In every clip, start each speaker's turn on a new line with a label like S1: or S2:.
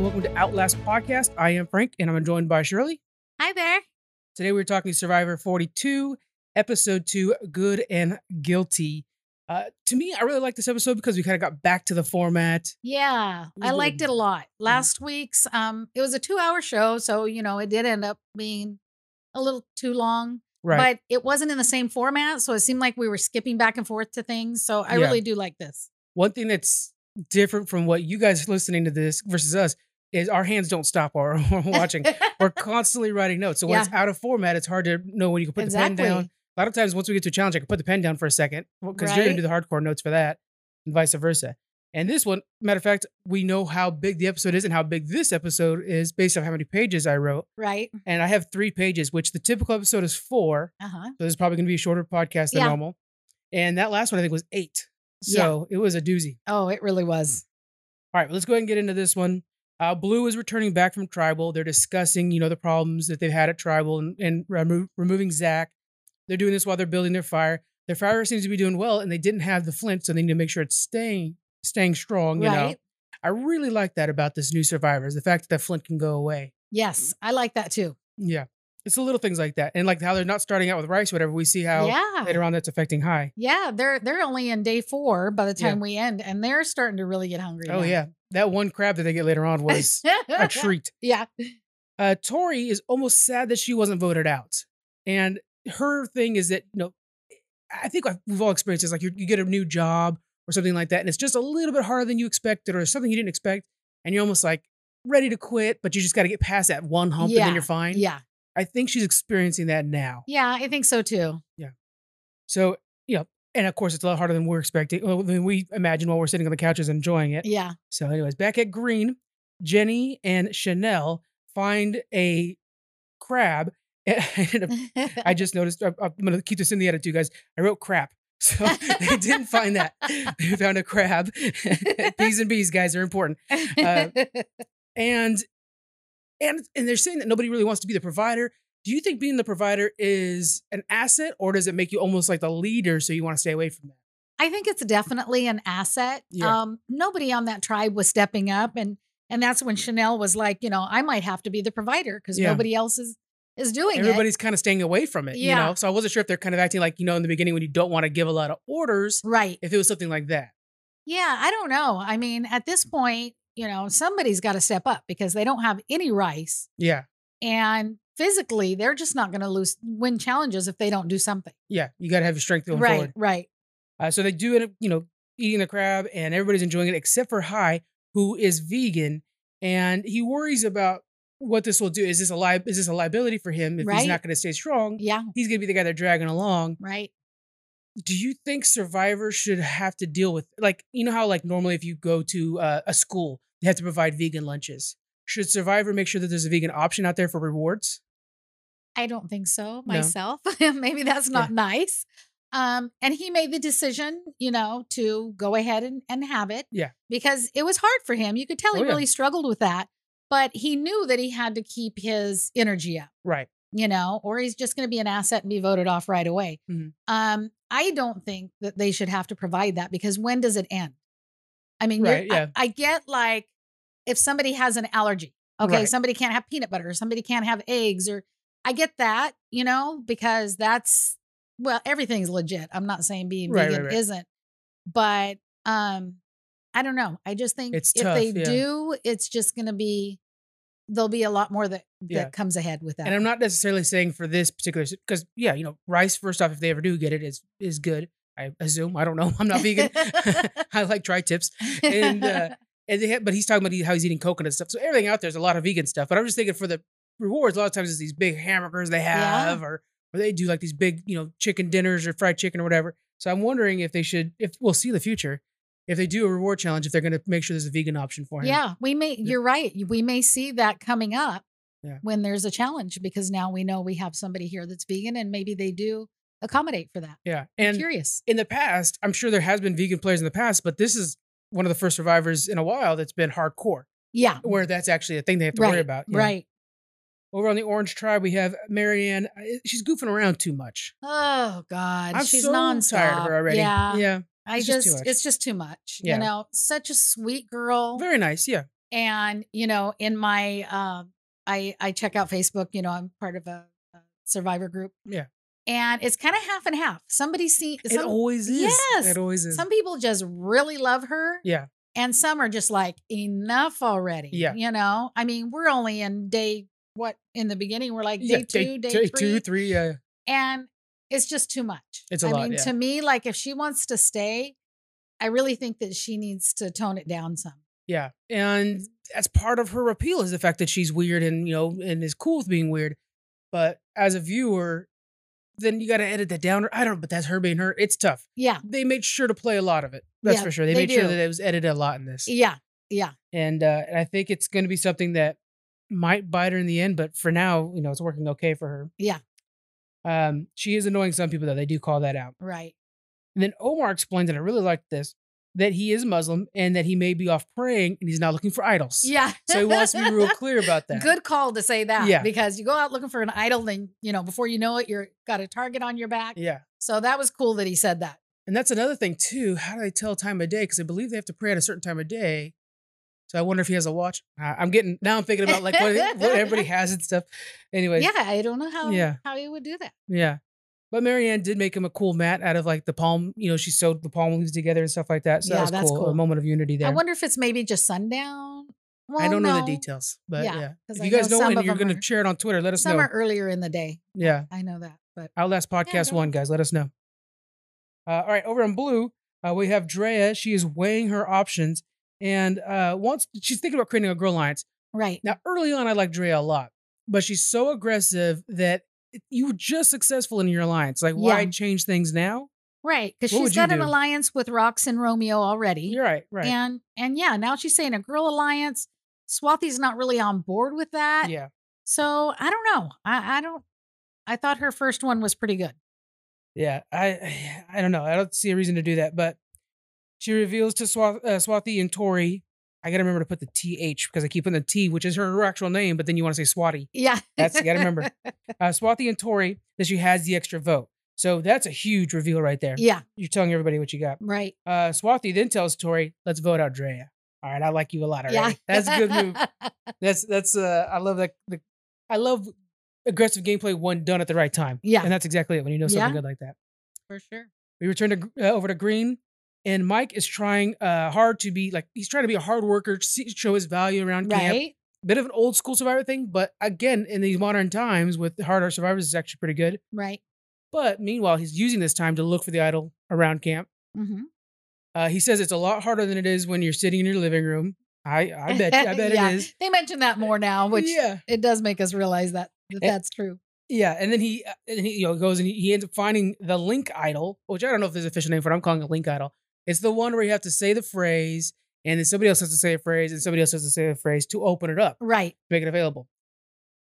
S1: welcome to Outlast Podcast. I am Frank, and I'm joined by Shirley.
S2: Hi there.
S1: Today we're talking Survivor 42, Episode 2, Good and Guilty. Uh, to me, I really like this episode because we kind of got back to the format.
S2: Yeah,
S1: was
S2: I
S1: a
S2: liked it
S1: little-
S2: a lot. Last week's um it was a 2-hour show, so you know, it did end up being a little too long,
S1: Right.
S2: but it wasn't in the same format, so it seemed like we were skipping back and forth to things. So I
S1: Yeah.
S2: really do like this.
S1: One thing that's different from what you guys listening to this versus us is our hands don't stop while we're watching. we're constantly writing notes. So when it's out of format, it's hard to know when you can put the pen down.
S2: exactly.
S1: A lot of times, once we get to a challenge, I can put the pen down for a second because you're going to do the hardcore notes for that, and vice versa. And this one, matter of fact, we know how big the episode is and how big this episode is based on how many pages I wrote.
S2: Right.
S1: And I have three pages, which the typical episode is four.
S2: Uh-huh.
S1: So this is probably going to be a shorter podcast than
S2: Yeah.
S1: normal. And that last one, I think, was eight.
S2: Yeah.
S1: So it was a doozy.
S2: Oh, it
S1: Mm-hmm.
S2: really was.
S1: All right, let's go ahead and get into this one. Uh, Blue is returning back from Tribal. They're discussing, you know, the problems that they've had at Tribal and, and remo- removing Zach. They're doing this while they're building their fire. Their fire seems to be doing well, and they didn't have the flint, so they need to make sure it's staying staying strong. You know,
S2: Right.
S1: I really like that about this new survivors. The fact that that flint can go away.
S2: Yes, I like that too.
S1: Yeah, it's the little things like that, and like how they're not starting out with rice, or whatever. We see how
S2: yeah.
S1: later on that's affecting high.
S2: Yeah, they're they're only in day 4 by the
S1: Yeah.
S2: time we end and they're starting to really get hungry.
S1: Oh yeah, that one crab that they get later on was a treat.
S2: Yeah.
S1: uh, Tori is almost sad that she wasn't voted out. And her thing is that, you know, I think I've- we've all experienced this. Like you you get a new job or something like that, and it's just a little bit harder than you expected or something you didn't expect. And you're almost like ready to quit, but you just got to get past that one hump and
S2: Yeah,
S1: then you're fine.
S2: Yeah.
S1: I think she's experiencing that now.
S2: Yeah, I think so too.
S1: So, you know, and of course, it's a lot harder than we're expecting, well, than we imagine while we're sitting on the couches enjoying it.
S2: Yeah.
S1: So, anyways, back at Green, Jenny and Chanel find a crab and a I just noticed. I, I'm going to keep this in the edit, too, guys. I wrote crap, so they didn't find that. They found a crab. P's and B's, guys, are important. uh, And and and they're saying that nobody really wants to be the provider. Do you think being the provider is an asset, or does it make you almost like the leader, so you want to stay away from that?
S2: I think it's definitely an asset.
S1: Yeah.
S2: Um, nobody on that tribe was stepping up, and and that's when Chanel was like, you know, I might have to be the provider because
S1: Yeah.
S2: nobody else is is doing
S1: Everybody's kind of staying away from it, you
S2: Yeah.
S1: know. So I wasn't sure if they're kind of acting like you know in the beginning when you don't want to give a lot of orders,
S2: it. Right?
S1: if it was something like that.
S2: Yeah. I don't know. I mean, at this point, you know, somebody's got to step up because they don't have any rice,
S1: Yeah,
S2: and physically, they're just not going to lose win challenges if they don't do something.
S1: yeah. You got to have your strength going
S2: right.
S1: forward.
S2: Right.
S1: Uh, so they do end up, you know, eating the crab, and everybody's enjoying it except for High, who is vegan, and he worries about what this will do. Is this a li- Is this a liability for him if he's
S2: Right.
S1: not going to stay strong?
S2: Yeah.
S1: He's going to be the guy they're dragging along.
S2: Right.
S1: Do you think Survivor should have to deal with like you know how like normally if you go to uh, a school they have to provide vegan lunches? Should Survivor make sure that there's a vegan option out there for rewards?
S2: I don't think so myself. Maybe that's not nice. Um, and he made the decision, you know, to go ahead and, and have it.
S1: Yeah.
S2: Because it was hard for him. You could tell
S1: Oh,
S2: he
S1: yeah.
S2: really struggled with that, but he knew that he had to keep his energy up,
S1: Right.
S2: you know, or he's just going to be an asset and be voted off right away.
S1: Mhm.
S2: Um, I don't think that they should have to provide that because when does it end? I mean,
S1: Right,
S2: right,
S1: yeah.
S2: I, I get like if somebody has an allergy, okay,
S1: Right.
S2: somebody can't have peanut butter, somebody can't have eggs, or I get that, you know, because that's well, everything's legit. I'm not saying being
S1: Right, right,
S2: vegan
S1: right.
S2: isn't, but um, I don't know. I just think
S1: It's
S2: if
S1: tough,
S2: they
S1: yeah.
S2: do, it's just going to be there'll be a lot more that that
S1: Yeah.
S2: comes ahead with that.
S1: And I'm not necessarily saying for this particular because yeah, you know, rice first off, if they ever do get it, is is good. I assume. I don't know. I'm not vegan. I like dry tips. And uh, and they have, but he's talking about he- how he's eating coconut stuff. So everything out there is a lot of vegan stuff. But I'm just thinking for the rewards, a lot of times it's these big hamburgers they
S2: Yeah.
S1: have, or or they do like these big you know chicken dinners or fried chicken or whatever. So I'm wondering if they should. If we'll see the future, if they do a reward challenge, if they're going to make sure there's a vegan option for him.
S2: Yeah, we may. You're right. We may see that coming up
S1: Yeah.
S2: when there's a challenge because now we know we have somebody here that's vegan, and maybe they do accommodate for that.
S1: Yeah.
S2: I'm
S1: And
S2: curious.
S1: in the past, I'm sure there has been vegan players in the past, but this is one of the first survivors in a while that's been hardcore,
S2: Yeah.
S1: where that's actually a thing they have to worry about. you know.
S2: Mm-hmm. Right.
S1: Over on the Orange Tribe, we have Marianne. I- She's goofing around too much.
S2: Oh God,
S1: I'm
S2: she's
S1: so
S2: nonstop.
S1: tired of her already.
S2: Yeah.
S1: yeah.
S2: I
S1: it's
S2: just,
S1: just too much.
S2: it's just too much.
S1: Yeah.
S2: You know, such a sweet girl.
S1: Very nice. Yeah.
S2: and you know in my um i i check out facebook you know i'm part of a, a survivor group
S1: Yeah.
S2: and it's kind of half and half somebody see
S1: It
S2: some,
S1: always is.
S2: Yes.
S1: It always is.
S2: some people just really love her
S1: Mm. yeah.
S2: and some are just like enough already
S1: Yeah.
S2: you know i mean we're only in day what in the beginning we're like day
S1: yeah.
S2: two day,
S1: day
S2: three
S1: two, three. Yeah.
S2: and it's just too much
S1: It's a
S2: I
S1: lot,
S2: mean
S1: yeah.
S2: to me like if she wants to stay i really think that she needs to tone it down some
S1: Yeah. And that's part of her appeal is the fact that she's weird and, you know, and is cool with being weird. But as a viewer, then you got to edit that down. Or I don't, but that's her being her. It's tough.
S2: yeah
S1: They made sure to play a lot of it. That's
S2: Yeah,
S1: for sure. They,
S2: they
S1: made sure
S2: do.
S1: that it was edited a lot in this.
S2: yeah yeah
S1: And, uh, and I think it's going to be something that might bite her in the end. But for now, you know, it's working okay for her.
S2: Yeah.
S1: Um, she is annoying some people, though. They do call that out.
S2: right
S1: And then Omar explains, and I really liked this, that he is Muslim and that he may be off praying and he's not looking for idols.
S2: yeah
S1: So he wants to be real clear about that.
S2: Good call to say that
S1: Yeah.
S2: because you go out looking for an idol, then you know before you know it, you're got a target on your back.
S1: Yeah.
S2: So that was cool that he said that.
S1: And that's another thing too. How do they tell time of day? Because I believe they have to pray at a certain time of day. So I wonder if he has a watch. I- I'm getting now. I'm thinking about like what, what everybody has and stuff. Anyways,
S2: yeah, I don't know how
S1: Yeah.
S2: how he would do that.
S1: yeah. But Marianne did make him a cool mat out of like the palm. You know, she sewed the palm leaves together and stuff like that. So
S2: Yeah,
S1: that was
S2: that's
S1: cool. A
S2: cool.
S1: moment of unity there.
S2: I wonder if it's maybe just sundown. Well,
S1: I don't know the
S2: no,
S1: details, but
S2: Yeah,
S1: yeah.
S2: 'cause
S1: If
S2: I
S1: you guys
S2: know
S1: know,
S2: some
S1: and
S2: of
S1: you're
S2: them
S1: going to
S2: are-
S1: share it on Twitter, let us
S2: Some
S1: know.
S2: are earlier in the day.
S1: yeah.
S2: I know that, but
S1: Outlast Podcast
S2: go
S1: One,
S2: ahead.
S1: guys. Let us know. Uh, all right, over on Blue, uh, we have Drea. She is weighing her options and uh, wants. She's thinking about creating a girl alliance.
S2: right,
S1: Now, early on, I like Drea a lot, but she's so aggressive that you were just successful in your alliance. Like, why
S2: Yeah.
S1: change things now?
S2: right, because
S1: What
S2: she's
S1: would you
S2: got an
S1: do?
S2: alliance with Rox and Romeo already.
S1: You're right, right?
S2: And and yeah, now she's saying a girl alliance. Swathy's not really on board with that.
S1: yeah,
S2: So I don't know. I, I don't. I thought her first one was pretty good.
S1: yeah. I, I don't know. I don't see a reason to do that, but she reveals to Swath- uh, Swathi and Tori. I gotta remember to put the th because I keep putting the t, which is her actual name, but then you want to say Swati.
S2: Yeah,
S1: That's you gotta remember. Uh, Swathi and Tori that she has the extra vote. So that's a huge reveal right there.
S2: yeah,
S1: You're telling everybody what you got.
S2: right.
S1: Uh, Swathi then tells Tori, "Let's vote out Drea." All right, I like you a lot. All right,
S2: yeah,
S1: that's a good move. That's that's uh, I love that. The, I love aggressive gameplay when done at the right time.
S2: Yeah.
S1: and that's exactly it when you know something
S2: Yeah.
S1: good like that.
S2: For sure.
S1: We return to gr- uh, over to Green, and Mike is trying uh, hard to be like he's trying to be a hard worker, see, show his value around camp
S2: Right.
S1: bit of an old school survivor thing, but again, in these modern times with harder survivors, is actually pretty good.
S2: Right.
S1: But meanwhile, he's using this time to look for the idol around camp.
S2: Mm-hmm.
S1: Uh, he says it's a lot harder than it is when you're sitting in your living room. I, I bet, I bet
S2: yeah.
S1: it is.
S2: They mention that more now, which
S1: yeah,
S2: it does make us realize that, that
S1: Eh.
S2: that's true.
S1: yeah. And then he, uh, and he, you know, goes and he, he ends up finding the link idol, which I don't know if there's an official name for it. I'm calling it link idol. It's the one where you have to say the phrase, and then somebody else has to say a phrase, and somebody else has to say a phrase to open it up.
S2: Right.
S1: make it available.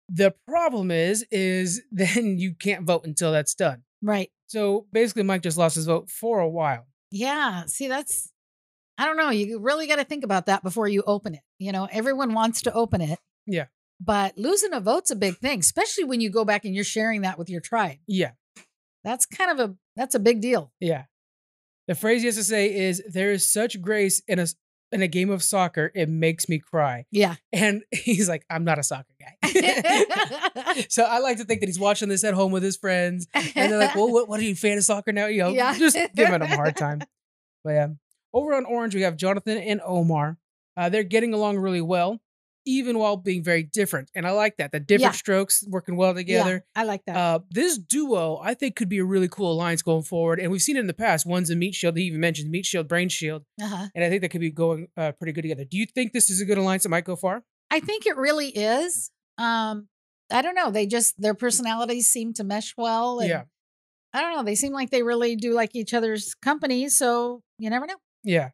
S1: The problem is, is then you can't vote until that's done.
S2: Right.
S1: So basically, Mike just lost his vote for a while.
S2: Yeah. See, that's. I don't know. You really got to think about that before you open it. You know, everyone wants to open it.
S1: Yeah.
S2: But losing a vote's a big thing, especially when you go back and you're sharing that with your tribe.
S1: Yeah,
S2: That's kind of a that's a big deal.
S1: yeah. The phrase he has to say is, "There is such grace in a in a game of soccer, it makes me cry."
S2: Yeah.
S1: And he's like, "I'm not a soccer guy." so I like to think that he's watching this at home with his friends. and they're like, "Well, what, what are you fan of soccer now?" You know,
S2: Yeah.
S1: just giving them a hard time. But yeah, over on Orange, we have Jonathan and Omar. Uh, they're getting along really well, even while being very different, and I like that. The different
S2: Yeah.
S1: strokes working well
S2: Yeah,
S1: together.
S2: I like that.
S1: Uh, this duo, I think, could be a really cool alliance going forward, and we've seen it in the past. One's a meat shield. He even mentioned meat shield, brain shield,
S2: uh-huh.
S1: and I think that could be going uh, pretty good together. Do you think this is a good alliance that might go far?
S2: I think it really is. Um, I don't know. They just their personalities seem to mesh well. And
S1: Yeah.
S2: I don't know. They seem like they really do like each other's company. So you never know.
S1: Yeah.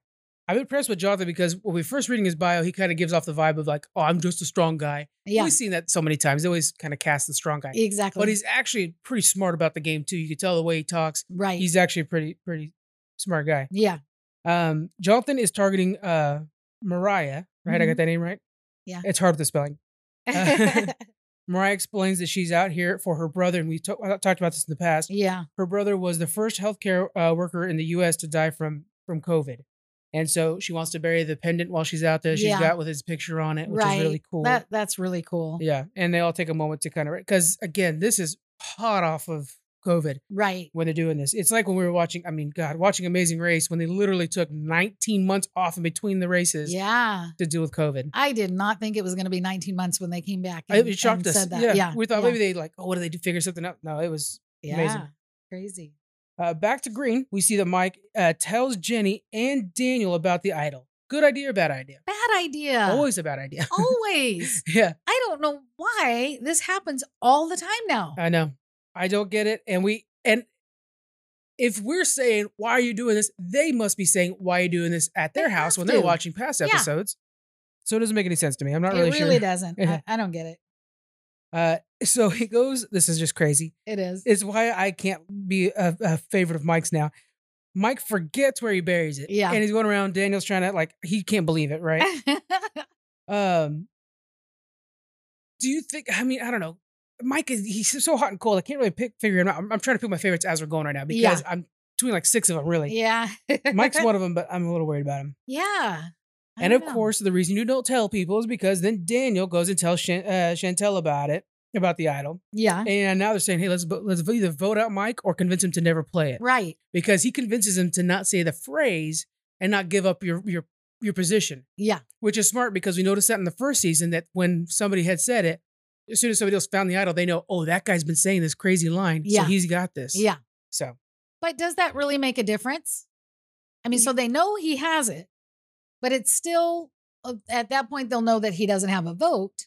S1: I'm impressed with Jonathan because when we first reading his bio, he kind of gives off the vibe of like, oh, I'm just a strong guy.
S2: Yeah,
S1: We've seen that so many times. They always kind of cast the strong guy.
S2: exactly.
S1: But he's actually pretty smart about the game too. You can tell the way he talks.
S2: right.
S1: He's actually a pretty pretty smart guy.
S2: yeah,
S1: Um, Jonathan is targeting uh Mariah, right? I
S2: Mhm.
S1: got that name right?
S2: Yeah.
S1: It's hard with the spelling. Uh, Mariah explains that she's out here for her brother, and we ta- I talked about this in the past.
S2: yeah,
S1: Her brother was the first healthcare uh, worker in the U.S. to die from from COVID. And so she wants to bury the pendant while she's out there. She's
S2: Yeah.
S1: got with his picture on it, which
S2: right.
S1: is really cool.
S2: That that's really cool.
S1: yeah. And they all take a moment to kind of, because again, this is hot off of COVID
S2: Right.
S1: when they're doing this. It's like when we were watching, I mean, God, watching Amazing Race when they literally took 19 months off in between the races
S2: Yeah.
S1: to deal with COVID.
S2: I did not think it was going to be 19 months when they came back.
S1: I-
S2: And,
S1: it shocked
S2: and
S1: us.
S2: Said that.
S1: Yeah.
S2: Yeah. yeah.
S1: We thought maybe they like, oh, what do they do? Figure something out. No, it was
S2: yeah.
S1: amazing.
S2: Crazy.
S1: Uh, back to Green, we see that Mike uh, tells Jenny and Daniel about the idol. Good idea or bad idea?
S2: Bad idea.
S1: Always a bad idea.
S2: Always.
S1: yeah,
S2: I don't know why this happens all the time now.
S1: I know. I don't get it. And we and if we're saying why are you doing this, they must be saying why are you doing this at their
S2: They
S1: house when
S2: have
S1: they're
S2: to.
S1: watching past
S2: Yeah.
S1: episodes. So it doesn't make any sense to me. I'm not
S2: it
S1: really,
S2: really
S1: sure.
S2: doesn't. I, I don't get it.
S1: Uh, so he goes. This is just crazy.
S2: It is.
S1: It's why I can't be a, a favorite of Mike's now. Mike forgets where he buries it.
S2: Yeah.
S1: and he's going around. Daniel's trying to like he can't believe it. Right. Um, do you think? I mean, I don't know. Mike is he's so hot and cold. I can't really pick figure him out. I'm, I'm trying to pick my favorites as we're going right now because
S2: Yeah.
S1: I'm between like six of them really.
S2: yeah.
S1: Mike's one of them, but I'm a little worried about him.
S2: Yeah. I
S1: and
S2: don't
S1: of
S2: know.
S1: course, the reason you don't tell people is because then Daniel goes and tells Shan- uh, Chantel about it, about the idol,
S2: Yeah.
S1: and now they're saying, hey, let's vo- let's either vote out Mike or convince him to never play it
S2: Right.
S1: because he convinces him to not say the phrase and not give up your your your position
S2: Yeah.
S1: which is smart because we noticed that in the first season that when somebody had said it, as soon as somebody else found the idol, they know, oh, that guy's been saying this crazy line,
S2: Yeah.
S1: so he's got this.
S2: Yeah.
S1: So
S2: But does that really make a difference? I mean,
S1: Ye-
S2: so they know he has it, but it's still uh, at that point they'll know that he doesn't have a vote.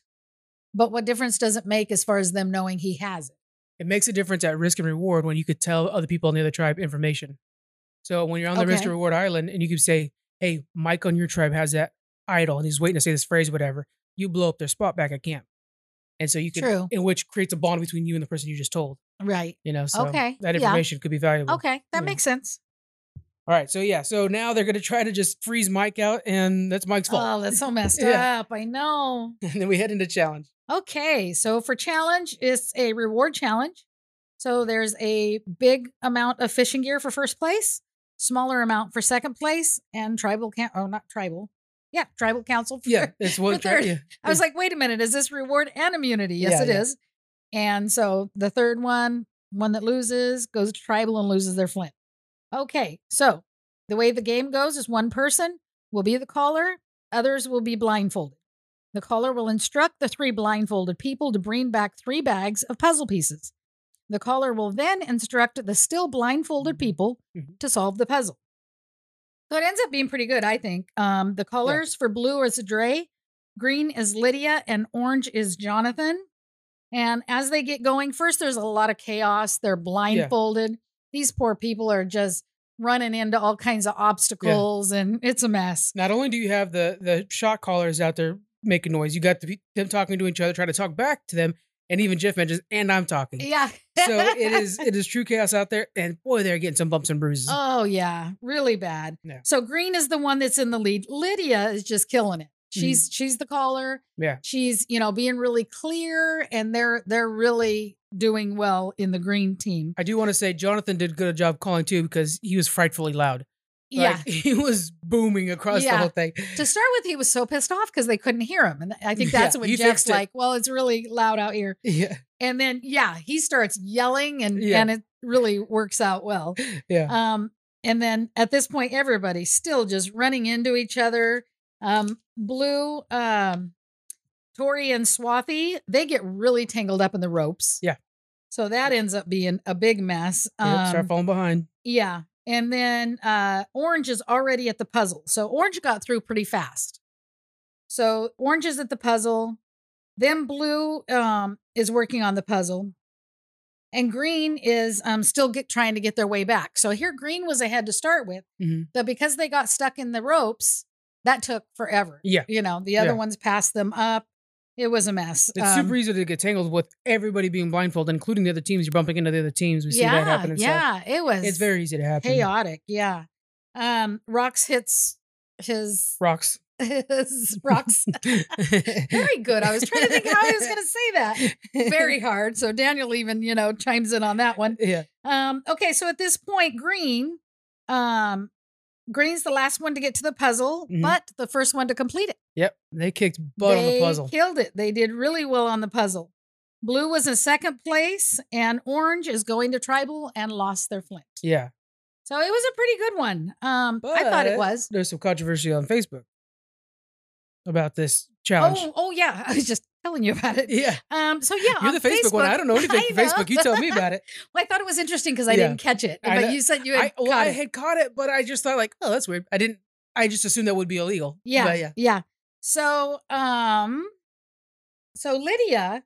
S2: But what difference does it make as far as them knowing he has it?
S1: it makes a difference at risk and reward when you could tell other people in the other tribe information. So when you're on the risk
S2: Okay.
S1: and reward island and you could say, hey, Mike on your tribe has that idol and he's waiting to say this phrase, whatever, you blow up their spot back at camp. And so you can,
S2: True.
S1: in which creates a bond between you and the person you just told,
S2: Right.
S1: you know, so
S2: Okay.
S1: that
S2: Yeah.
S1: information could be valuable.
S2: Okay. That
S1: Yeah.
S2: makes sense.
S1: All right. So yeah. So now they're going to try to just freeze Mike out and that's Mike's fault.
S2: Oh, that's so messed
S1: Yeah.
S2: up. I know.
S1: and then we head into challenge.
S2: Okay. So for challenge, it's a reward challenge. So there's a big amount of fishing gear for first place, smaller amount for second place, and tribal count. Oh, not tribal. Yeah, tribal council for
S1: Yeah, it's one
S2: But there-
S1: yeah.
S2: I was like, wait a minute, is this reward and immunity?
S1: Yeah,
S2: Yes, it is.
S1: yeah.
S2: And so the third one, one that loses, goes to tribal and loses their flint. Okay, so the way the game goes is one person will be the caller, others will be blindfolded. The caller will instruct the three blindfolded people to bring back three bags of puzzle pieces. The caller will then instruct the still blindfolded people
S1: Mhm.
S2: to solve the puzzle. So it ends up being pretty good, I think. Um, the colors for blue is Dre, green is Lydia, and orange is Jonathan. And as they get going, first there's a lot of chaos. They're blindfolded. These poor people are just running into all kinds of obstacles, and it's a mess.
S1: not only do you have the the shot callers out there making noise, you got the, pe- them talking to each other, trying to talk back to them, and even Jeff mentions, and I'm talking.
S2: Yeah.
S1: Mm. so it is it is true chaos out there, and boy, they're getting some bumps and bruises.
S2: Oh yeah, really bad.
S1: Yeah.
S2: So Green is the one that's in the lead. Lydia is just killing it. She's she's the caller.
S1: Mm. Yeah.
S2: She's, you know, being really clear and they're they're really doing well in the green team.
S1: I do want to say Jonathan did a good job calling too because he was frightfully loud.
S2: yeah.
S1: Like, he was booming across the
S2: Yeah.
S1: whole thing.
S2: To start with, he was so pissed off because they couldn't hear him. And I think that's
S1: Yeah,
S2: what
S1: you
S2: Jeff's
S1: fixed it.
S2: like, well, it's really loud out here.
S1: Yeah,
S2: And then yeah, he starts yelling and
S1: Yeah.
S2: and it really works out well.
S1: yeah.
S2: Um, and then at this point, everybody's still just running into each other. Um, Blue, um, Tori, and Swathy, they get really tangled up in the ropes.
S1: Yeah.
S2: So that ends up being a big mess.
S1: Yep, start
S2: Um,
S1: falling behind.
S2: yeah. And then uh, Orange is already at the puzzle. So Orange got through pretty fast. So Orange is at the puzzle. Then Blue um, is working on the puzzle. And Green is um, still get, trying to get their way back. So here, Green was ahead to start with.
S1: Mhm.
S2: But because they got stuck in the ropes, that took forever.
S1: Yeah.
S2: You know, the other
S1: Yeah.
S2: ones passed them up. It was a mess.
S1: It's
S2: Um,
S1: super easy to get tangled with everybody being blindfolded, including the other teams. You're bumping into the other teams. We see
S2: yeah,
S1: that happen. And stuff.
S2: yeah, it was.
S1: It's very easy to happen.
S2: chaotic. Yeah. Um, Rocks hits his
S1: Rocks.
S2: his rocks. Very good. I was trying to think how he was going to say that. Very hard. So Daniel even you know chimes in on that one.
S1: Yeah.
S2: Um, okay, so at this point, Green, um, Green's the last one to get to the puzzle,
S1: Mhm.
S2: but the first one to complete it.
S1: Yep. They kicked butt on
S2: They
S1: the puzzle.
S2: Killed it. They did really well on the puzzle. Blue was in second place, and orange is going to tribal and lost their flint.
S1: yeah.
S2: So it was a pretty good one. Um, I thought it
S1: But-
S2: was.
S1: There's some controversy on Facebook about this challenge.
S2: Oh, oh yeah. I was just telling you about it.
S1: Yeah.
S2: Um, so yeah,
S1: You're
S2: on
S1: the Facebook, one. I don't know anything
S2: I
S1: from Facebook. You tell me about it.
S2: Well, I thought it was interesting because I
S1: Yeah.
S2: didn't catch it,
S1: I
S2: but
S1: know.
S2: you said you had
S1: I, well,
S2: caught
S1: I
S2: it.
S1: had caught it, but I just thought like, oh, that's weird. I didn't. I just assumed that would be illegal.
S2: Yeah,
S1: But
S2: yeah.
S1: yeah.
S2: So, um, so Lydia,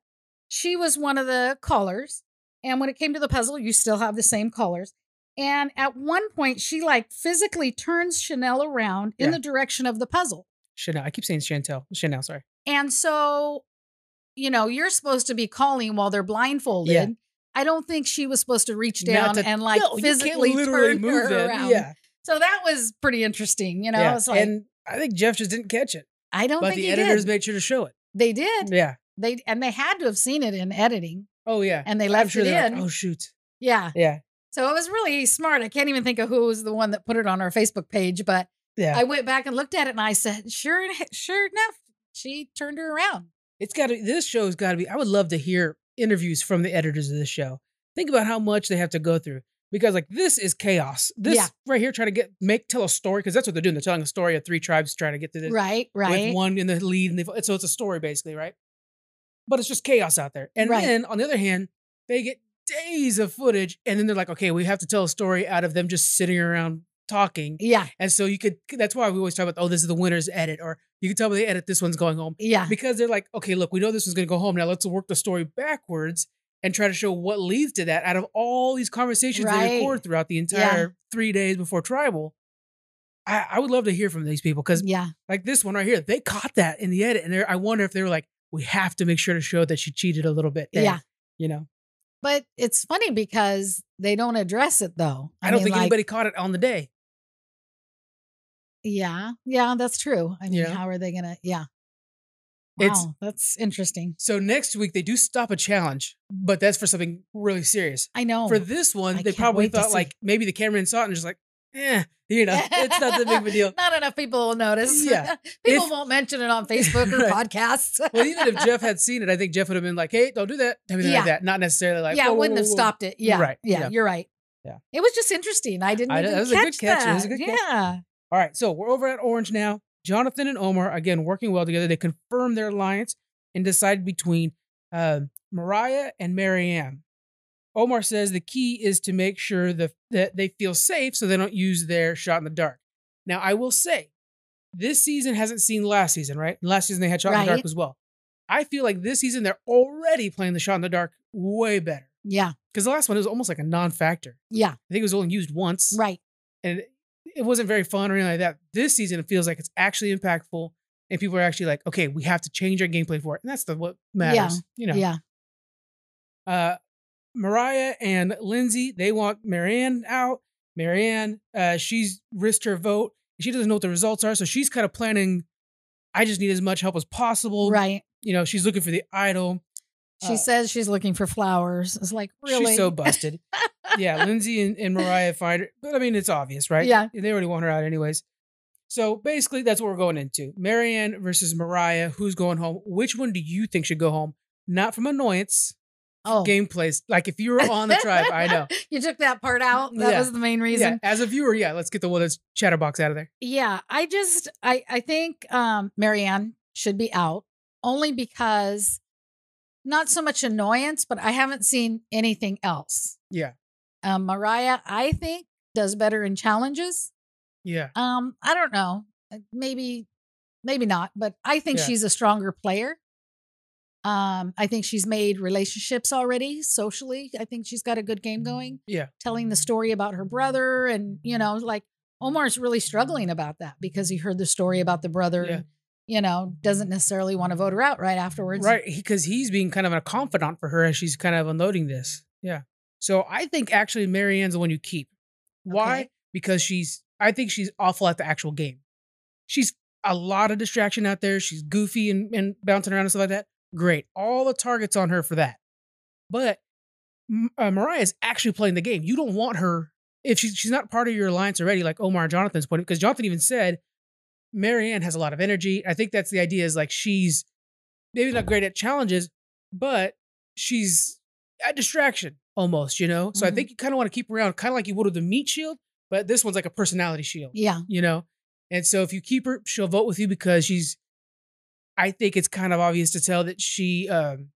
S2: she was one of the callers, and when it came to the puzzle, you still have the same callers. And at one point, she like physically turns Chanel around in
S1: Yeah.
S2: the direction of the puzzle.
S1: Chanel. I keep saying Chantel. Chanel. Sorry.
S2: And so, you know, you're supposed to be calling while they're blindfolded. I don't think she was supposed to reach
S1: Not
S2: down
S1: to-
S2: and like
S1: No, you can't
S2: physically
S1: literally
S2: turn her
S1: that.
S2: around.
S1: Yeah.
S2: So that was pretty interesting. You know,
S1: yeah.
S2: I was like,
S1: and I think Jeff just didn't catch it,
S2: I don't
S1: but
S2: think
S1: the
S2: he
S1: editors
S2: did.
S1: made sure to show it.
S2: They did.
S1: Yeah.
S2: They and they had to have seen it in editing,
S1: Oh yeah.
S2: and they
S1: I'm
S2: left
S1: sure
S2: it
S1: they're
S2: in.
S1: like, oh shoot.
S2: Yeah.
S1: Yeah.
S2: So it was really smart. I can't even think of who was the one that put it on our Facebook page, but
S1: Yeah.
S2: I went back and looked at it, and I said, sure, en- sure enough, she turned her around.
S1: It's got to. This show's got to be. I would love to hear interviews from the editors of this show. Think about how much they have to go through because, like, this is chaos. This
S2: Yeah.
S1: right here, trying to get make tell a story because that's what they're doing. They're telling a story of three tribes trying to get through this
S2: Right. Right.
S1: with one in the lead, and they so it's a story basically, right? But it's just chaos out there. And
S2: Right.
S1: then on the other hand, they get days of footage, and then they're like, okay, we have to tell a story out of them just sitting around talking.
S2: yeah.
S1: And so you could. That's why we always talk about, oh, this is the winner's edit, or you can tell by the edit this one's going home
S2: Yeah.
S1: because they're like, okay, look, we know this one's gonna go home. Now let's work the story backwards and try to show what leads to that out of all these conversations
S2: Right.
S1: they record throughout the entire three days before tribal. I, I would love to hear from these people because
S2: Yeah.
S1: like this one right here, they caught that in the edit, and they're, I wonder if they were like, we have to make sure to show that she cheated a little bit. There,
S2: Yeah.
S1: you know,
S2: But it's funny because they don't address it though.
S1: I, don't
S2: mean,
S1: think
S2: like,
S1: anybody caught it on the day.
S2: Yeah. Yeah. That's true. I mean,
S1: You know?
S2: how are they going to? Yeah. Wow.
S1: It's-
S2: that's interesting.
S1: So next week they do stop a challenge, but that's for something really serious.
S2: I know.
S1: for this one,
S2: Oh I
S1: they
S2: can't
S1: probably
S2: wait to
S1: thought
S2: see.
S1: like maybe the cameraman saw it and just like, eh, you know, it's not that big of a deal.
S2: Not enough people will notice.
S1: Yeah.
S2: people
S1: If-
S2: won't mention it on Facebook or
S1: Right.
S2: podcasts.
S1: Well, even if Jeff had seen it, I think Jeff would have been like, hey, don't do that. Everything
S2: Yeah.
S1: like that. Not necessarily like,
S2: yeah,
S1: whoa,
S2: it
S1: whoa,
S2: wouldn't
S1: whoa,
S2: have
S1: whoa.
S2: stopped it. Yeah.
S1: Right,
S2: Yeah,
S1: yeah.
S2: You're right.
S1: Yeah.
S2: It was just interesting. I didn't
S1: I know,
S2: even
S1: that was a
S2: catch
S1: good catch. It was a
S2: that.
S1: good catch.
S2: yeah.
S1: All right, so we're over at Orange now. Jonathan and Omar again working well together. They confirm their alliance and decide between um Mariah and Marianne. Omar says the key is to make sure the, that they feel safe so they don't use their shot in the dark. Now, I will say, this season hasn't seen last season, right? Last season they had shot in the
S2: Right.
S1: dark as well. I feel like this season they're already playing the shot in the dark way better
S2: Yeah.
S1: because the last one was almost like a non-factor.
S2: Yeah.
S1: I think it was only used once
S2: Right.
S1: and it- it wasn't very fun or anything like that. This season, it feels like it's actually impactful, and people are actually like, okay, we have to change our gameplay for it, and that's the what matters. You know,
S2: Yeah.
S1: uh, Mariah and Lindsay they want Marianne out. Marianne, uh, she's risked her vote. She doesn't know what the results are, so she's kind of planning. I just need as much help as possible.
S2: Right.
S1: You know, she's looking for the idol.
S2: She
S1: Uh,
S2: says she's looking for flowers. It's like, really?
S1: She's so busted. yeah, Lindsay and, and Mariah find her. But I mean, it's obvious, right?
S2: Yeah.
S1: They already want her out, anyways. So basically, that's what we're going into Marianne versus Mariah. Who's going home? Which one do you think should go home? Not from annoyance,
S2: oh.
S1: gameplays. Like if you were on the tribe, I know.
S2: You took that part out. That
S1: Yeah.
S2: was the main reason.
S1: Yeah, as a viewer, yeah, let's get the one that's chatterbox out of there.
S2: Yeah, I just I I think um Marianne should be out only because not so much annoyance, but I haven't seen anything else.
S1: Yeah.
S2: Um Mariah, I think, does better in challenges.
S1: Yeah.
S2: Um, I don't know. uh, Maybe maybe not, but I think
S1: Yeah.
S2: she's a stronger player. Um, I think she's made relationships already socially. I think she's got a good game going
S1: Mm, Yeah.
S2: telling the story about her brother and you know like omar's really struggling about that because he heard the story about the brother
S1: Yeah.
S2: and, you know doesn't necessarily want to vote her out right afterwards
S1: Right. Because he's being kind of a confidant for her as she's kind of unloading this. Yeah. So I think actually Marianne's the one you keep. Why?
S2: Okay.
S1: Because she's, I think she's awful at the actual game. She's a lot of distraction out there. She's goofy and, and bouncing around and stuff like that. Great. All the targets on her for that. But M- uh, Mariah's actually playing the game. You don't want her if she, she's not part of your alliance already, like Omar and Jonathan's point, because Jonathan even said Marianne has a lot of energy. I think that's the idea is like she's maybe not great at challenges, but she's a distraction almost, you know? So I
S2: Mhm.
S1: think you kind of want to keep her around, kind of like you would with the meat shield, but this one's like a personality shield,
S2: Yeah.
S1: you know? And so if you keep her, she'll vote with you because she's, I think it's kind of obvious to tell that she um,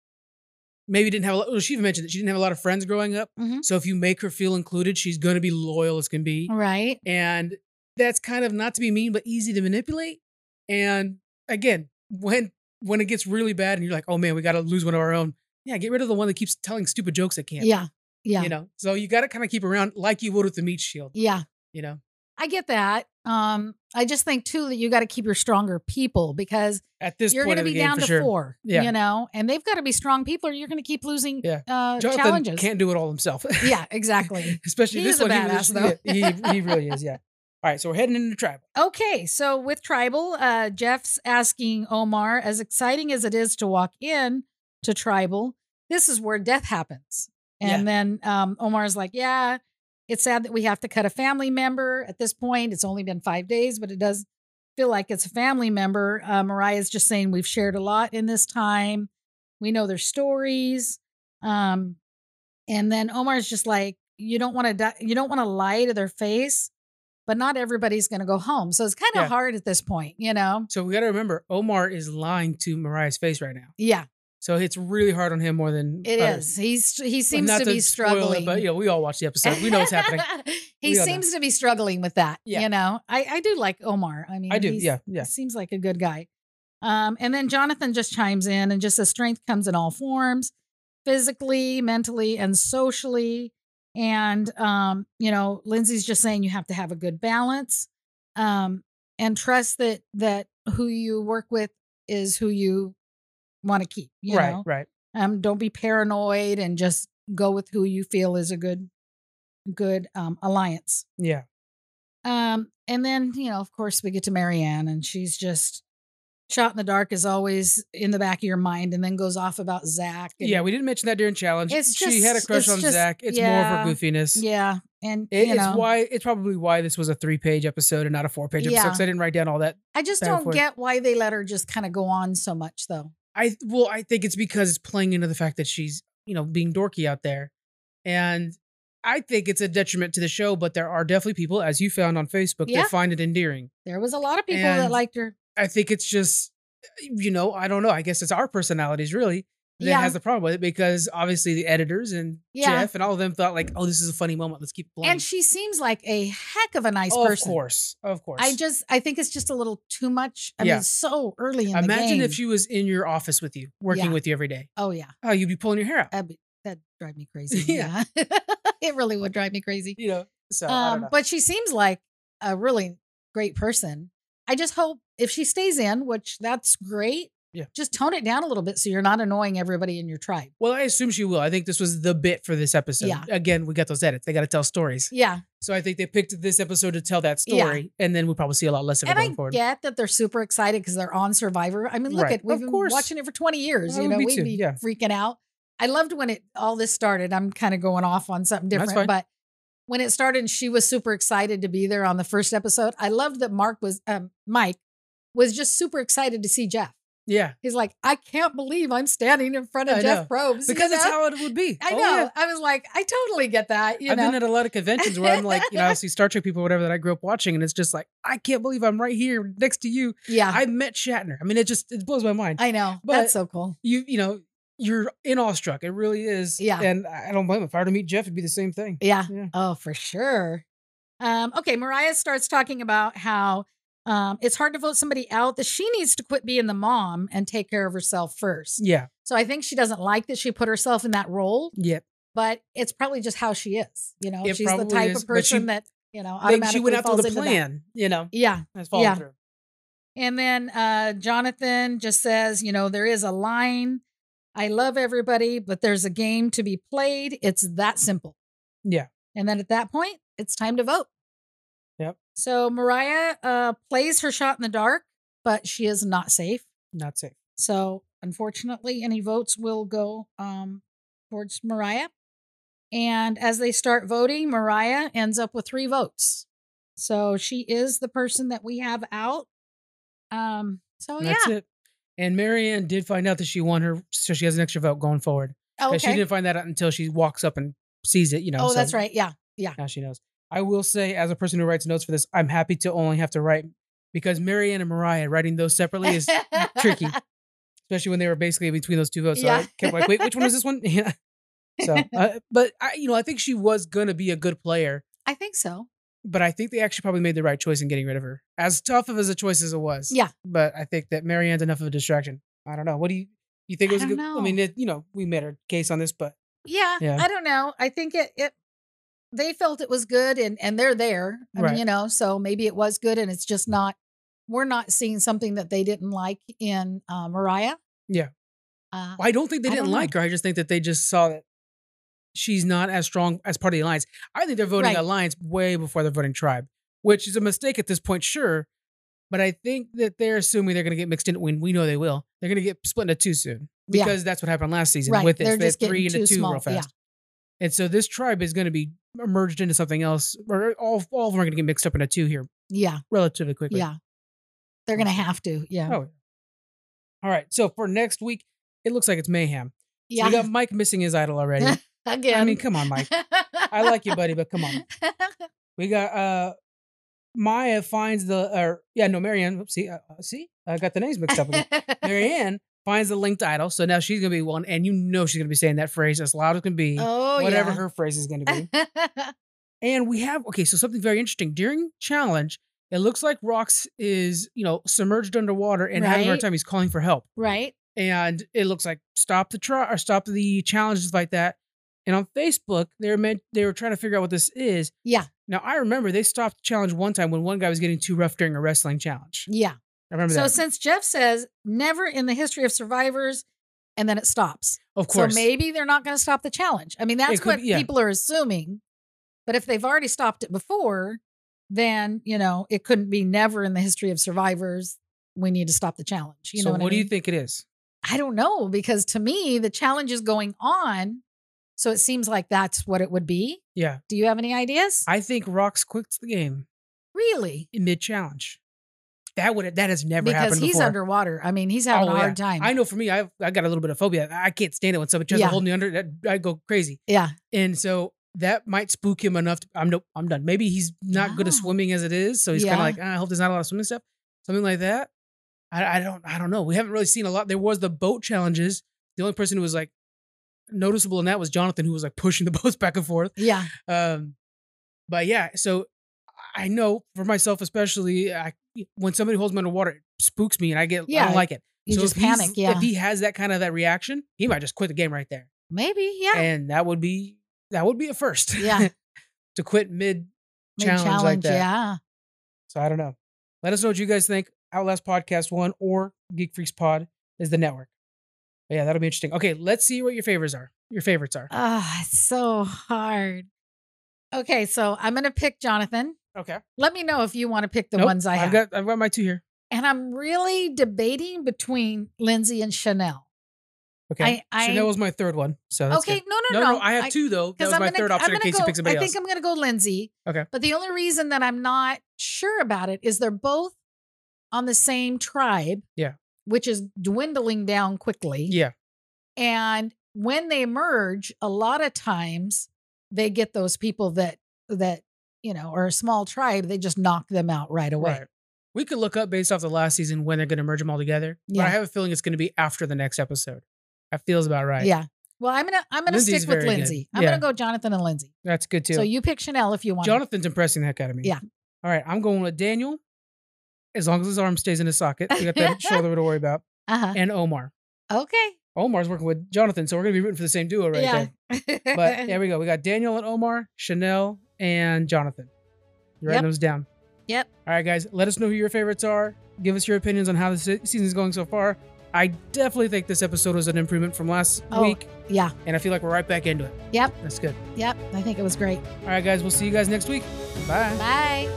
S1: maybe didn't have a lot, well, she even mentioned that she didn't have a lot of friends growing up.
S2: Mhm.
S1: So if you make her feel included, she's going to be loyal as can be.
S2: Right.
S1: And that's kind of not to be mean, but easy to manipulate. And again, when when it gets really bad and you're like, oh man, we gotta lose one of our own. Yeah, get rid of the one that keeps telling stupid jokes at camp.
S2: Yeah. Yeah.
S1: You know. So you gotta kind of keep around like you would with the meat shield,
S2: Yeah.
S1: you know.
S2: I get that. Um, I just think too that you got to keep your stronger people because
S1: At this
S2: you're
S1: point
S2: going to
S1: of the
S2: be
S1: game,
S2: down
S1: for
S2: to
S1: sure.
S2: four,
S1: Yeah.
S2: you know, and they've got to be strong people or you're going to keep losing
S1: Yeah.
S2: uh,
S1: Jonathan
S2: challenges.
S1: can't do it all himself.
S2: yeah, exactly.
S1: Especially
S2: He
S1: this
S2: is a
S1: one.
S2: badass,
S1: really,
S2: though.
S1: yeah, he, he really is, yeah. All right, so we're heading into tribal.
S2: Okay, so with tribal, uh, Jeff's asking Omar, as exciting as it is to walk in to tribal, this is where death happens. And then um, Omar's like, yeah, it's sad that we have to cut a family member at this point. It's only been five days, but it does feel like it's a family member. Uh, Mariah's just saying we've shared a lot in this time. We know their stories. Um, and then Omar's just like, you don't want to die, you don't want to lie to their face, but not everybody's going to go home. So it's kind of
S1: Yeah.
S2: hard at this point, you know?
S1: So we gotta remember Omar is lying to Mariah's face right now.
S2: Yeah,
S1: So it's really hard on him more than
S2: it is.
S1: others.
S2: He's he
S1: But
S2: seems
S1: not
S2: to
S1: spoil
S2: be
S1: it,
S2: struggling.
S1: but you know, we all watch the episode. We know what's happening.
S2: he
S1: We all know.
S2: seems to be struggling with that.
S1: Yeah.
S2: You know, I, I do like Omar. I mean,
S1: I do.
S2: he's-
S1: Yeah. Yeah.
S2: Seems like a good guy. Um, and then Jonathan just chimes in and just says strength comes in all forms, physically, mentally, and socially. And um, you know, Lindsay's just saying you have to have a good balance. Um, and trust that that who you work with is who you want to keep, you
S1: right.
S2: know.
S1: Right.
S2: Um, don't be paranoid and just go with who you feel is a good good um alliance.
S1: Yeah.
S2: Um, and then, you know, of course, we get to Marianne, and she's just shot in the dark is always in the back of your mind, and then goes off about Zach. and-
S1: Yeah. We didn't mention that during challenge.
S2: It's
S1: she had a
S2: just-
S1: crush
S2: it's
S1: on
S2: just-
S1: Zach. It's
S2: yeah.
S1: more of her goofiness.
S2: yeah, and
S1: It-
S2: you
S1: it's
S2: know,
S1: why it's probably why this was a three page episode and not a four page episode
S2: Yeah.
S1: because I didn't write down all that.
S2: I just
S1: back and
S2: don't
S1: forth.
S2: get why they let her just kind of go on so much, though.
S1: I well, I think it's because it's playing into the fact that she's you know being dorky out there, and I think it's a detriment to the show. But there are definitely people, as you found on Facebook,
S2: Yeah.
S1: that find it endearing.
S2: There was a lot of people that
S1: And
S2: liked her.
S1: I think it's just eh, you know I don't know. I guess it's our personalities really. that
S2: Yeah,
S1: has the problem with it because obviously the editors and
S2: Yeah.
S1: Jeff and all of them thought like, oh, this is a funny moment. Let's keep it playing.
S2: and she seems like a heck of a nice
S1: oh,
S2: person.
S1: Of course, of course.
S2: I just, I think it's just a little too much. I
S1: Yeah.
S2: mean, so early in the game.
S1: imagine if she was in your office with you, working
S2: Yeah. Uh,
S1: with you every day.
S2: Oh yeah,
S1: Oh, you'd be pulling your hair out.
S2: that'd, be, that'd drive me crazy.
S1: Yeah.
S2: yeah. it really would drive me crazy.
S1: you know. So I don't
S2: um,
S1: know.
S2: but she seems like a really great person. I just hope if she stays in, which that's great.
S1: Yeah.
S2: Just tone it down a little bit so you're not annoying everybody in your tribe.
S1: well, I assume she will. I think this was the bit for this episode.
S2: Yeah.
S1: Again, we got those edits. They got to tell stories.
S2: Yeah.
S1: So I think they picked this episode to tell that
S2: Yeah.
S1: story, and then we'll probably see a lot less of it
S2: And I
S1: going forward.
S2: get that they're super excited because they're on Survivor. I mean, look
S1: Right.
S2: at we've
S1: Of
S2: been
S1: course.
S2: watching it for 20 years.
S1: I
S2: you
S1: would
S2: know,
S1: be
S2: we'd
S1: too,
S2: be
S1: yeah.
S2: freaking out. I loved when it all this started. I'm kind of going off on something
S1: That's fine.
S2: different, but when it started, and she was super excited to be there on the first episode. I loved that Mark was um, Mike was just super excited to see Jeff.
S1: yeah,
S2: He's like, I can't believe I'm standing in front
S1: I
S2: of
S1: know.
S2: Jeff Probes. you
S1: because that's
S2: know?
S1: how it would be.
S2: I
S1: Oh,
S2: know.
S1: yeah.
S2: I was like, I totally get that. You
S1: I've
S2: know,
S1: been at a lot of conventions where I'm like, you know, I see Star Trek people, or whatever that I grew up watching, and it's just like, I can't believe I'm right here next to you.
S2: yeah, I,
S1: I met Shatner. I mean, it just it blows my mind.
S2: know.
S1: but-
S2: that's so cool.
S1: you you know, you're in awestruck. It really is.
S2: Yeah.
S1: And I don't blame him. If I were to meet Jeff, it'd be the same thing.
S2: Yeah.
S1: Yeah.
S2: Oh, for sure. Um, okay, Mariah starts talking about how um, it's hard to vote somebody out that she needs to quit being the mom and take care of herself first.
S1: Yeah.
S2: So I think she doesn't like that she put herself in that role,
S1: Yeah.
S2: but it's probably just how she is. You know,
S1: It
S2: she's the
S1: probably
S2: type
S1: is,
S2: of
S1: but she-
S2: person that you know
S1: Like
S2: automatically
S1: she went out there
S2: falls
S1: with a
S2: into that.
S1: plan, you know,
S2: Yeah.
S1: has fallen
S2: Yeah.
S1: through.
S2: And then uh, Jonathan just says, you know, there is a line. I love everybody, but there's a game to be played. It's that simple.
S1: Yeah.
S2: And then at that point, it's time to vote.
S1: Yep.
S2: So Mariah uh, plays her shot in the dark, but she is not safe.
S1: Not safe.
S2: So unfortunately, any votes will go um, towards Mariah. And as they start voting, Mariah ends up with three votes. So she is the person that we have out. Um, so
S1: That's
S2: yeah.
S1: it. And Marianne did find out that she won her, so she has an extra vote going forward. 'Cause She
S2: Okay.
S1: didn't find that out until she walks up and sees it. You know.
S2: Oh,
S1: so
S2: that's right. Yeah.
S1: Now she knows. I will say, as a person who writes notes for this, I'm happy to only have to write because Marianne and Mariah writing those separately is tricky. especially when they were basically between those two votes. So
S2: Yeah.
S1: I kept like, wait, which one was this one? Yeah. So, uh, but I, you know, I think she was gonna be a good player,
S2: I think so.
S1: but I think they actually probably made the right choice in getting rid of her. As tough of as a choice as it was,
S2: Yeah.
S1: But I think that Marianne's enough of a distraction. I don't know. What do you you think
S2: I
S1: it was? a
S2: don't
S1: good,
S2: know.
S1: I mean, it, you know, we made our case on this, but
S2: Yeah,
S1: Yeah.
S2: I don't know. I think it it they felt it was good and and they're there. I mean,
S1: Right.
S2: you know, so maybe it was good and it's just not we're not seeing something that they didn't like in uh, Mariah.
S1: Yeah.
S2: Uh,
S1: I don't think they
S2: I
S1: didn't
S2: don't know.
S1: like her. I just think that they just saw that she's not as strong as part of the alliance. I think they're voting
S2: Right.
S1: alliance way before they're voting tribe, which is a mistake at this point, sure. But I think that they're assuming they're going to get mixed in when we know they will. They're going to get split into two soon
S2: Yeah.
S1: because that's what happened last season
S2: Right.
S1: with this.
S2: They're
S1: they had
S2: just getting
S1: three
S2: too
S1: into two
S2: small.
S1: real
S2: Yeah.
S1: fast. And so this tribe is going to be merged into something else, or all, all of them are going to get mixed up into two here
S2: yeah,
S1: relatively quickly.
S2: yeah. They're gonna have to. Yeah.
S1: Oh. All right. So for next week, it looks like it's mayhem. So
S2: yeah.
S1: we got Mike missing his idol already.
S2: Again.
S1: I mean, come on, Mike. I like you, buddy, but come on. We got uh Maya finds the or yeah, no, Marianne. See, uh, uh, see, I got the names mixed up again. Marianne finds the linked idol, so now she's gonna be one, and you know she's gonna be saying that phrase as loud as can be,
S2: oh
S1: whatever
S2: yeah.
S1: her phrase is gonna be. and we have okay, so something very interesting during challenge. It looks like Rox is you know submerged underwater and having a hard
S2: Right.
S1: time. He's calling for help,
S2: right.
S1: and it looks like stop the try or stop the challenges like that. And on Facebook, they were meant they were trying to figure out what this is.
S2: Yeah.
S1: Now I remember they stopped the challenge one time when one guy was getting too rough during a wrestling challenge.
S2: Yeah.
S1: I remember
S2: So
S1: that.
S2: since Jeff says never in the history of survivors, and then it stops.
S1: of course.
S2: So maybe they're not going to stop the challenge. I mean, that's
S1: could
S2: what
S1: be- yeah.
S2: people are assuming. But if they've already stopped it before, then, you know, it couldn't be never in the history of survivors. We need to stop the challenge. You
S1: so
S2: know
S1: what,
S2: what, I
S1: do you
S2: mean?
S1: think it is?
S2: I don't know because to me, the challenge is going on. So it seems like that's what it would be.
S1: Yeah.
S2: Do you have any ideas?
S1: I think Rox quits the game
S2: really?
S1: in mid challenge. That would that has never
S2: because
S1: happened
S2: he's
S1: before.
S2: underwater. I mean, he's having
S1: Oh,
S2: a
S1: yeah.
S2: hard time.
S1: I know for me, I've I got a little bit of phobia. I can't stand it when someone tries
S2: Yeah.
S1: to hold me under. That I go crazy,
S2: yeah.
S1: and so that might spook him enough. To, I'm no, I'm done. Maybe he's not good at
S2: Yeah.
S1: swimming as it is, so he's
S2: Yeah.
S1: kind of like "Ah, I hope there's not a lot of swimming stuff, something like that. I, I don't I don't know. We haven't really seen a lot. There was the boat challenges. The only person who was like noticeable in that was Jonathan, who was like pushing the boats back and forth.
S2: Yeah.
S1: Um, but yeah, so I know for myself especially, I when somebody holds me underwater, it spooks me, and I get I
S2: Yeah,
S1: don't like it.
S2: You
S1: so
S2: just
S1: if he's-
S2: panic. Yeah.
S1: If he has that kind of that reaction, he might just quit the game right there,
S2: Maybe. Yeah.
S1: and that would be that would be a first.
S2: Yeah.
S1: to quit mid
S2: Big
S1: challenge, like that.
S2: Yeah.
S1: So I don't know. Let us know what you guys think. Outlast Podcast One or Geek Freaks Pod is the network. But yeah, that'll be interesting. Okay, let's see what your favorites are. Your favorites are.
S2: Ah, it's so hard. Okay, so I'm gonna pick Jonathan.
S1: Okay.
S2: Let me know if you want to pick Uh, the
S1: Nope,
S2: ones I
S1: I've
S2: have.
S1: got I've got my two here.
S2: and I'm really debating between Lindsay and Chanel.
S1: Okay.
S2: I- I-
S1: Chanel was my third one. So that's
S2: okay,
S1: good.
S2: no, no,
S1: No, no, I have two though. That
S2: Because
S1: was
S2: I'm
S1: my
S2: gonna,
S1: third
S2: I'm
S1: option in
S2: gonna
S1: case
S2: go-
S1: you pick somebody
S2: I
S1: else.
S2: think I'm gonna go Lindsay.
S1: Okay.
S2: But the only reason that I'm not sure about it is they're both on the same tribe.
S1: Yeah.
S2: Which is dwindling down quickly.
S1: yeah.
S2: and when they merge a lot of times they get those people that that you know are a small tribe they just knock them out right away
S1: Right. We could look up based off the last season when they're gonna merge them all together.
S2: Yeah.
S1: But I have a feeling it's gonna be after the next episode. That feels about right.
S2: yeah well i'm gonna i'm gonna
S1: Lindsay's
S2: stick with
S1: very good.
S2: lindsay i'm
S1: Yeah.
S2: gonna go jonathan and lindsay
S1: That's good too.
S2: so you pick chanel if you want
S1: Jonathan's impressing the heck out of me.
S2: Yeah.
S1: All right, I'm going with Daniel. As long as his arm stays in his socket, we got that shoulder to worry about.
S2: uh-huh
S1: And Omar.
S2: okay
S1: Omar's working with Jonathan, so we're gonna be rooting for the same duo right
S2: yeah
S1: there. But there we go. We got Daniel and Omar, Chanel and Jonathan. You writing
S2: Yep.
S1: those down?
S2: yep
S1: All right, guys, let us know who your favorites are. Give us your opinions on how the se- season's going so far. I definitely think this episode was an improvement from last
S2: Oh.
S1: week,
S2: yeah
S1: and I feel like we're right back into it.
S2: Yep.
S1: That's good.
S2: yep i think it was great
S1: All right, guys, we'll see you guys next week. Bye.
S2: bye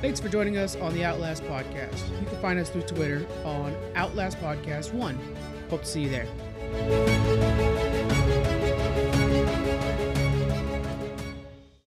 S1: Thanks for joining us on the Outlast Podcast. You can find us through Twitter on Outlast Podcast 1 Hope to see you there.